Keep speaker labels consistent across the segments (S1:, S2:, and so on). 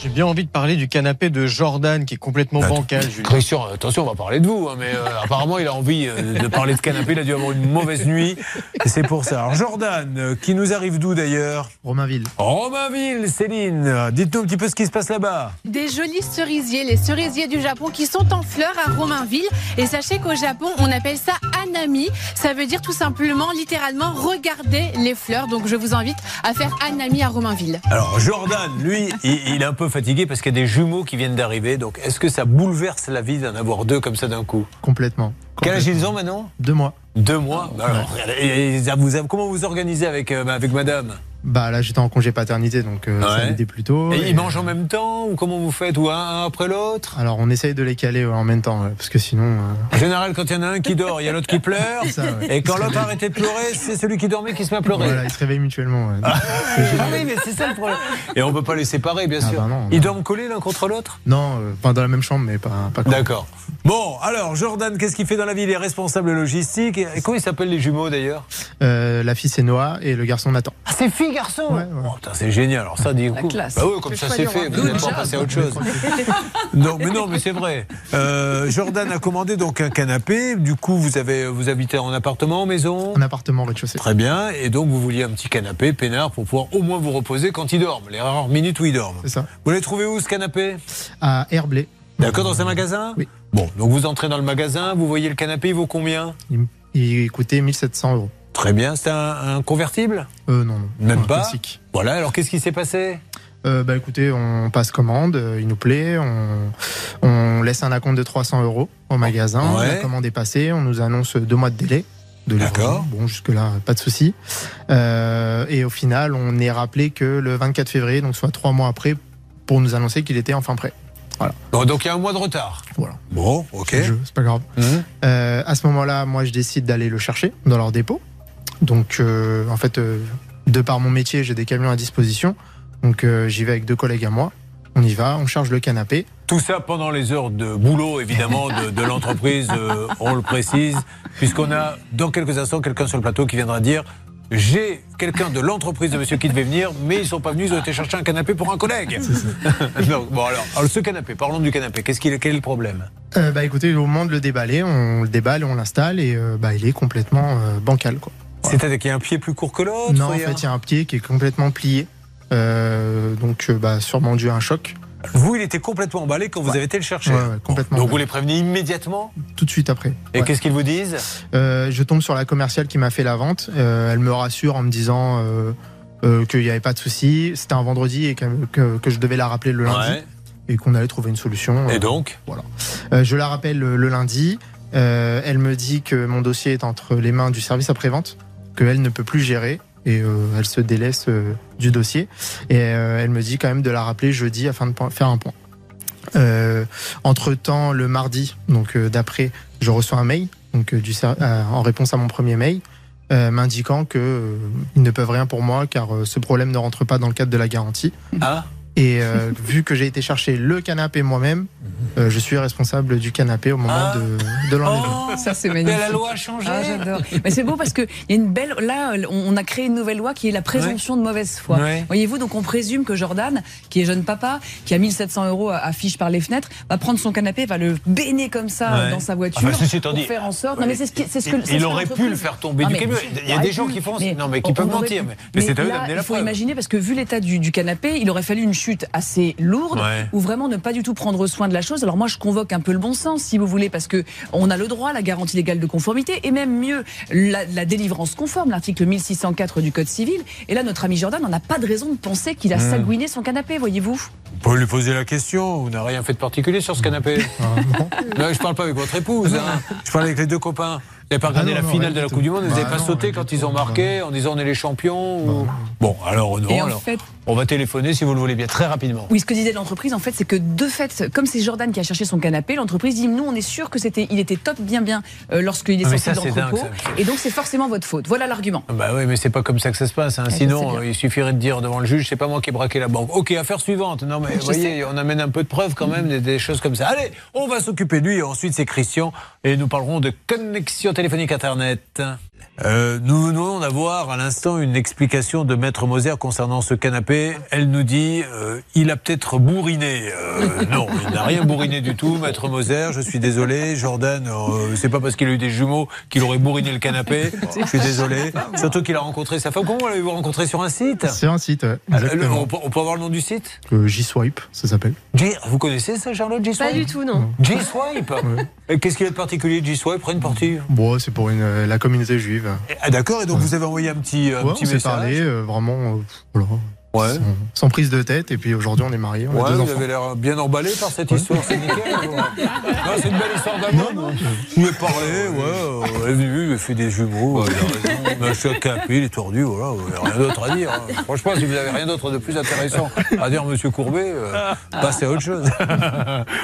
S1: J'ai bien envie de parler du canapé de Jordan qui est complètement
S2: Att-
S1: bancal, Julien.
S2: Christian, attention, on va parler de vous, hein, mais euh, apparemment il a envie euh, de parler de canapé, il a dû avoir une mauvaise nuit, et c'est pour ça. Alors Jordan, euh, qui nous arrive d'où d'ailleurs
S3: Romainville.
S2: Romainville, Céline, euh, dites-nous un petit peu ce qui se passe là-bas.
S4: Des jolis cerisiers, les cerisiers du Japon qui sont en fleurs à Romainville. Et sachez qu'au Japon, on appelle ça anami. Ça veut dire tout simplement, littéralement, regarder les fleurs. Donc je vous invite à faire anami à Romainville.
S2: Alors Jordan, lui, il, il est un peu fatigué parce qu'il y a des jumeaux qui viennent d'arriver, donc est-ce que ça bouleverse la vie d'en avoir deux comme ça d'un coup
S3: Complètement.
S2: Quel âge
S3: Complètement.
S2: ils ont maintenant
S3: Deux mois.
S2: Deux mois Bah Alors, et- et ça vous a- comment vous organisez avec, euh, bah, avec madame
S3: Bah là, j'étais en congé paternité, donc euh, ça
S2: Ouais.
S3: m'aidait plus tôt.
S2: Et
S3: et-
S2: Ils mangent en même temps Ou comment vous faites Ou un, un après l'autre
S3: Alors, on essaye de les caler ouais, en même temps, ouais, parce que sinon. euh,
S2: En général, quand il y en a un qui dort, il y a l'autre qui pleure.
S3: ça, ouais.
S2: Et quand l'autre a arrêté de pleurer, c'est celui qui dormait qui se met à pleurer.
S3: Voilà, ils se réveillent mutuellement. ouais.
S2: Ah oui, mais c'est ça le problème. Et on peut pas les séparer, bien
S3: Ah
S2: sûr.
S3: bah non,
S2: Ils
S3: non.
S2: dorment collés l'un contre l'autre
S3: Non, euh, enfin, dans la même chambre, mais pas. pas quand-
S2: D'accord. Bon, alors, Jordan, qu'est-ce qu'il fait dans la vie Il est responsable logistique. Et et comment ils s'appellent les jumeaux d'ailleurs
S3: Euh, la fille, c'est Noah, et le garçon, Nathan.
S2: Ah, c'est fille, garçon
S3: Ouais, ouais.
S2: Oh, putain, c'est génial. Alors, ça, du coup.
S5: classe.
S2: Bah oui, comme
S5: Le
S2: ça,
S5: choix
S2: c'est
S5: du
S2: fait.
S5: roi.
S2: Vous n'êtes pas passé à autre chose. non, mais non, mais c'est vrai. Euh, Jordan a commandé donc un canapé. Du coup, vous, avez, vous habitez en appartement, en maison
S3: Un appartement au rez-de-chaussée.
S2: Très bien. Et donc, vous vouliez un petit canapé, peinard, pour pouvoir au moins vous reposer quand ils dorment, les rares minutes où ils dorment.
S3: C'est ça.
S2: Vous l'avez trouvé où, ce canapé
S3: À Herblay.
S2: D'accord, dans un magasin
S3: Oui.
S2: Bon, donc vous entrez dans le magasin, vous voyez le canapé, il vaut combien
S3: Il, il coûtait 1700 euros.
S2: Très bien. C'est un, un convertible
S3: Euh, non, non.
S2: Même
S3: Un
S2: pas
S3: classique.
S2: Voilà, alors qu'est-ce qui s'est passé
S3: Euh, bah écoutez, on passe commande, euh, il nous plaît, on, on laisse un acompte de 300 euros au magasin,
S2: Ouais.
S3: la commande est passée, on nous annonce deux mois de délai. De livraison.
S2: D'accord.
S3: Bon, jusque-là, pas de souci. Euh, et au final, on est rappelé que le 24 février, donc soit trois mois après, pour nous annoncer qu'il était enfin prêt.
S2: Bon, donc il y a un mois de retard.
S3: Voilà.
S2: Bon, ok.
S3: C'est le jeu, c'est pas grave.
S2: Mhm.
S3: Euh, à ce moment-là, moi, je décide d'aller le chercher dans leur dépôt. Donc, euh, en fait, euh, de par mon métier, j'ai des camions à disposition. Donc, euh, j'y vais avec deux collègues à moi. On y va, on charge le canapé.
S2: Tout ça pendant les heures de boulot, évidemment, de, de l'entreprise, euh, on le précise, puisqu'on a dans quelques instants quelqu'un sur le plateau qui viendra dire J'ai quelqu'un de l'entreprise de monsieur qui devait venir, mais ils ne sont pas venus, ils ont été chercher un canapé pour un collègue. Donc, bon, alors, alors, ce canapé, parlons du canapé. Qu'est-ce qu'il, quel est le problème
S3: Euh, bah, écoutez, au moment de le déballer, on le déballe et on l'installe. Et euh, bah, il est complètement euh, bancal, quoi.
S2: C'est-à-dire qu'il y a un pied plus court que l'autre
S3: Non, en
S2: il y a-
S3: fait, il y a un pied qui est complètement plié. Euh, donc, euh, bah, sûrement dû à un choc.
S2: Vous, il était complètement emballé quand vous avez été le chercher.
S3: Ouais, ouais, complètement
S2: Donc, vous
S3: emballé.
S2: les prévenez immédiatement
S3: Tout de suite après.
S2: Et
S3: Ouais.
S2: qu'est-ce qu'ils vous disent
S3: Euh, je tombe sur la commerciale qui m'a fait la vente. Euh, elle me rassure en me disant euh, euh, qu'il n'y avait pas de souci. C'était un vendredi et que, que- que je devais la rappeler le lundi
S2: Ouais.
S3: et qu'on allait trouver une solution.
S2: Et donc
S3: Euh, je la rappelle le, le lundi. Euh, elle me dit que mon dossier est entre les mains du service après-vente, qu'elle ne peut plus gérer et euh, elle se délaisse euh, du dossier. Et euh, elle me dit quand même de la rappeler jeudi afin de point- faire un point. Euh, Entre-temps, le mardi, donc euh, d'après, je reçois un mail donc, euh, du ser- euh, en réponse à mon premier mail euh, m'indiquant qu'ils ne peuvent rien pour moi car euh, ce problème ne rentre pas dans le cadre de la garantie.
S2: Ah
S3: Et euh, vu que j'ai été chercher le canapé moi-même, euh, je suis responsable du canapé au moment
S2: Ah.
S3: de, de l'enlèvement.
S5: Ça, c'est
S2: Oh, Mais
S5: magnifique.
S2: la loi a changé
S5: Ah, j'adore. Mais c'est beau parce qu'il y a une belle. Là, on on a créé une nouvelle loi qui est la présomption de mauvaise foi.
S2: Ouais.
S5: Voyez-vous, donc on présume que Jordan, qui est jeune papa, qui a 1700 euros à- à fiche par les fenêtres, va prendre son canapé, va le béner comme ça
S2: Ouais.
S5: dans sa voiture
S2: Enfin, Ah, bah, ceci étant
S5: pour
S2: dit,
S5: faire en sorte. Non,
S2: ouais,
S5: mais c'est ce, qui- c'est ce que.
S2: il-
S5: c'est ce
S2: il
S5: que
S2: aurait pu
S5: l'entreprise-
S2: le faire tomber
S5: Non,
S2: du
S5: mais
S2: camion. Il y a
S5: aurait
S2: des gens
S5: pu,
S2: qui font-
S5: mais
S2: non, mais qui
S5: on-
S2: peuvent
S5: on aurait
S2: mentir,
S5: pu.
S2: mais- mais c'est à eux
S5: là,
S2: d'amener la
S5: Il faut
S2: preuve.
S5: imaginer parce que vu l'état du, du canapé, il aurait fallu une chute assez lourde
S2: Ouais.
S5: ou vraiment ne pas du tout prendre soin de la chose. Alors moi, je convoque un peu le bon sens, si vous voulez, parce que on a le droit, à la garantie légale de conformité, et même mieux, la, la délivrance conforme, l'article 1604 du Code civil. Et là, notre ami Jordan, on n'a pas de raison de penser qu'il a
S2: Hmm.
S5: sagouiné son canapé, voyez-vous.
S2: Vous pouvez lui poser la question, vous n'avez rien fait de particulier sur ce canapé.
S3: Hein,
S2: Là, je parle pas avec votre épouse, hein. je parle avec les deux copains. Vous n'avez pas regardé
S3: non,
S2: la
S3: non, rien
S2: finale de
S3: du
S2: la
S3: tout.
S2: Coupe du Monde, vous n'avez
S3: Bah
S2: pas
S3: non,
S2: sauté
S3: rien
S2: quand
S3: du
S2: ils
S3: tout,
S2: ont marqué en disant on est les champions ou- Bon, alors non,
S5: Et en
S2: alors,
S5: fait-
S2: on va téléphoner si vous le voulez bien très rapidement.
S5: Oui, ce que disait l'entreprise, en fait, c'est que de fait, comme c'est Jordan qui a cherché son canapé, l'entreprise dit nous, on est sûr que c'était, il était top, bien, bien euh, lorsqu'il est
S2: Ah, mais
S5: sorti
S2: ça,
S5: de
S2: c'est
S5: l'entrepôt.
S2: dingue, ça.
S5: Et donc, c'est forcément votre faute. Voilà l'argument.
S2: Bah oui, mais c'est pas comme ça que ça se passe. hein.
S5: je sais
S2: Sinon,
S5: bien.
S2: euh, il suffirait de dire devant le juge, c'est pas moi qui ai braqué la banque. Ok, affaire suivante. Non, mais vous voyez, on amène un peu de preuves quand même, des, des choses comme ça. Allez, on va s'occuper de lui. et Ensuite, c'est Christian et nous parlerons de connexion téléphonique Internet. Euh, nous venons d'avoir à l'instant une explication de Maître Moser concernant ce canapé. Elle nous dit euh, il a peut-être bourriné. Euh, non, il n'a rien bourriné du tout, Maître Moser. Je suis désolé. Jordan, euh, c'est pas parce qu'il a eu des jumeaux qu'il aurait bourriné le canapé. Je suis désolé. Surtout qu'il a rencontré sa femme. Comment l'avez-vous rencontré sur un site
S3: C'est un site, ouais,
S2: Ah, Le-
S3: exactement.
S2: on, peut, on peut avoir le nom du site
S3: Le J-Swipe, ça s'appelle.
S2: J- Vous connaissez ça, Charlotte J-Swipe
S6: Pas du tout, non.
S2: J-Swipe Et Qu'est-ce qu'il y a de particulier, J-Swipe Prends une partie.
S3: Bon, c'est pour une, euh, la communauté juive.
S2: Ah, D'accord, et donc vous avez envoyé un petit, un
S3: Ouais,
S2: petit
S3: on s'est
S2: message.
S3: parlé, euh, vraiment, euh, pff, voilà,
S2: Ouais.
S3: sans, sans prise de tête. Et puis aujourd'hui, on est mariés, on
S2: Ouais,
S3: a deux
S2: vous
S3: enfants.
S2: avez l'air bien emballé par cette histoire, c'est nickel. alors. Non, c'est une belle histoire d'amour. Non, Vous lui parlé, ouais, euh, elle est venue, elle fait des jumeaux, elle a raison. Mais je suis à Capi, il est tordu, voilà, il n'y a rien d'autre à dire. hein. Franchement, si vous n'avez rien d'autre de plus intéressant à dire, monsieur Courbet, euh, passez à autre chose.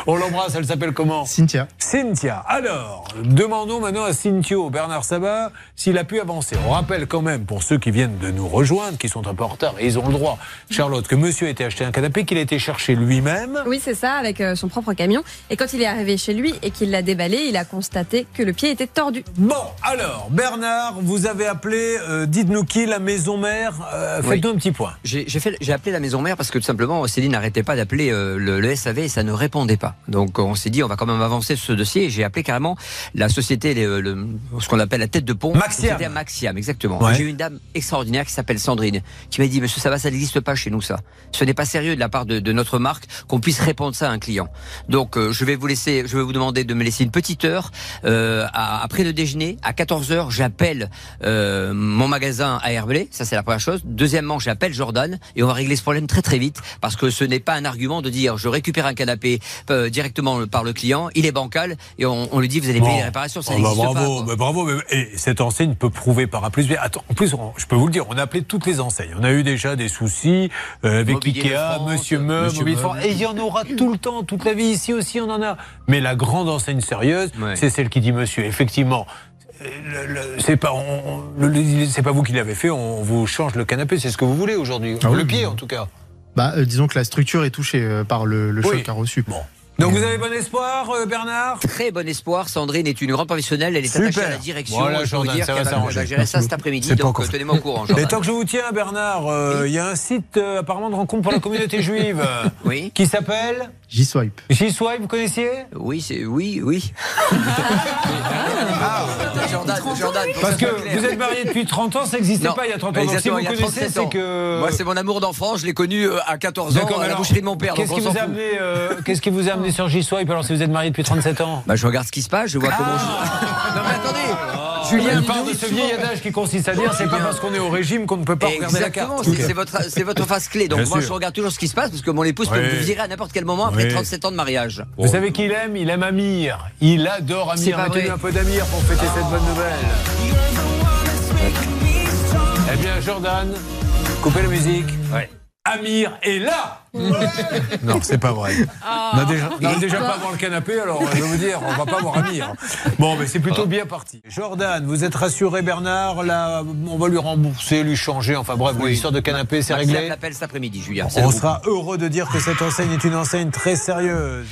S2: On l'embrasse, elle s'appelle comment
S3: Cynthia.
S2: Cynthia. Alors, demandons maintenant à Cynthio Bernard Sabat s'il a pu avancer. On rappelle quand même, pour ceux qui viennent de nous rejoindre, qui sont un peu en retard, et ils ont le droit, Charlotte, que monsieur a été acheté un canapé, qu'il a été chercher lui-même.
S6: Oui, c'est ça, avec euh, son propre camion. Et quand il est arrivé chez lui et qu'il l'a déballé, il a constaté que le pied était tordu.
S2: Bon, alors, Bernard, vous avez appelé, euh, dites-nous qui, la maison mère. euh, Faites-nous un petit point.
S7: J'ai j'ai fait- j'ai appelé la maison mère parce que tout simplement Céline n'arrêtait pas d'appeler euh, le, le SAV et ça ne répondait pas. Donc on s'est dit on va quand même avancer sur ce dossier et j'ai appelé carrément la société, les- euh, le- ce qu'on appelle la tête de pont.
S2: Maxiam.
S7: C'était à Maxiam, exactement.
S2: Ouais.
S7: J'ai eu une dame extraordinaire qui s'appelle Sandrine qui m'a dit Monsieur Savas, ça n'existe pas chez nous ça. Ce n'est pas sérieux de la part de, de notre marque qu'on puisse répondre ça à un client. Donc euh, je vais vous laisser, je vais vous demander de me laisser une petite heure euh, à- après le déjeuner à 14 h j'appelle euh, mon magasin à Herblay, ça c'est la première chose. Deuxièmement, j'appelle Jordan et on va régler ce problème très très vite parce que ce n'est pas un argument de dire je récupère un canapé euh, directement par le client, il est bancal et on, on lui dit vous allez payer
S2: Bon.
S7: les réparations, ça
S2: Oh, bah,
S7: n'existe pas.
S2: bravo,
S7: quoi.
S2: bah, bravo. mais- et cette enseigne peut prouver par A plus B. Attends, en plus, on- je peux vous le dire, on a appelé toutes les enseignes. On a eu déjà des soucis euh, avec
S7: Mobilier de
S2: Ikea,
S7: France,
S2: Monsieur Meuble,
S7: Monsieur
S2: Mobilier de
S7: Meuble.
S2: France. Et il y en aura tout le temps, toute la vie. Ici aussi, on en a. Mais la grande enseigne sérieuse,
S7: Ouais.
S2: c'est celle qui dit Monsieur. Effectivement. euh, le- le- C'est pas, on- on- le- le- c'est pas vous qui l'avez fait, on vous change le canapé, c'est ce que vous voulez aujourd'hui.
S3: Ah
S2: le
S3: oui,
S2: pied
S3: oui.
S2: en tout cas.
S3: Bah, euh, disons que la structure est touchée euh, par le, le choc
S2: Oui.
S3: qu'a reçu.
S2: Bon. Donc vous avez bon espoir, euh, Bernard
S7: Très bon espoir. Sandrine est une grande professionnelle. Elle est
S2: Super.
S7: attachée à la direction.
S2: Voilà,
S7: je peux vous
S2: Jordan,
S7: dire
S2: ça va
S7: qu'elle va-
S2: s'arranger.
S7: elle va gérer ça cet après-midi.
S2: C'est pas
S7: Donc,
S2: encore
S7: euh, tenez-moi au courant,
S2: Mais
S7: Jordan.
S2: tant que je vous tiens, Bernard, euh, il y a un site euh, apparemment de rencontre pour la communauté juive euh,
S7: Oui.
S2: qui s'appelle
S3: J-Swipe.
S2: J-Swipe, vous connaissiez
S7: Oui, c'est oui, oui. Ah, Jordan, Jordan.
S2: Parce que vous êtes marié depuis 30 ans, ça n'existait
S7: Non,
S2: pas il y a 30 ans. Donc si
S7: exactement,
S2: vous
S7: il y a
S2: connaissez,
S7: 37
S2: c'est
S7: ans.
S2: que.
S7: Moi, c'est mon amour d'enfance. Je l'ai connu euh, à 14 ans
S2: D'accord,
S7: à la
S2: alors,
S7: boucherie de mon père.
S2: Qu'est-ce
S7: donc
S2: qui
S7: on
S2: vous
S7: s'en
S2: a
S7: fout.
S2: amené, euh, qu'est-ce qui vous a amené sur J-Swipe alors si vous êtes marié depuis 37 ans
S7: Bah, je regarde ce qui se passe. Je
S2: Ah.
S7: vois comment. je- Non, mais attendez. Julien
S2: Il parle de
S7: Didouille,
S2: ce
S7: souvent.
S2: vieil adage qui consiste à dire c'est pas parce qu'on est au régime qu'on ne peut pas regarder la
S7: Exactement,
S2: carte.
S7: c'est c'est votre, c'est votre face clé. Donc
S2: Bien
S7: moi,
S2: sûr.
S7: je regarde toujours ce qui se passe parce que mon épouse
S2: Oui.
S7: peut me virer à n'importe quel moment après
S2: Oui.
S7: 37 ans de mariage.
S2: Vous savez qu'il aime Il aime Amir. Il adore
S7: C'est
S2: Amir.
S7: pas
S2: Mettez-lui
S7: vrai.
S2: un peu d'Amir pour fêter cette bonne nouvelle. Eh bien, Jordan, coupez la musique. Amir est là Non, c'est pas vrai. On a déjà, on a déjà pas dans le canapé, alors je vais vous dire, on va pas voir Amir. Bon, mais c'est plutôt bien parti. Jordan, vous êtes rassuré, Bernard Là, on va lui rembourser, lui changer. Enfin bref, l'histoire de canapé, c'est
S7: Maxime
S2: réglé.
S7: l'appelle cet après-midi, Julien. Bah, C'est le
S2: On
S7: groupe.
S2: sera heureux de dire que cette enseigne est une enseigne très sérieuse.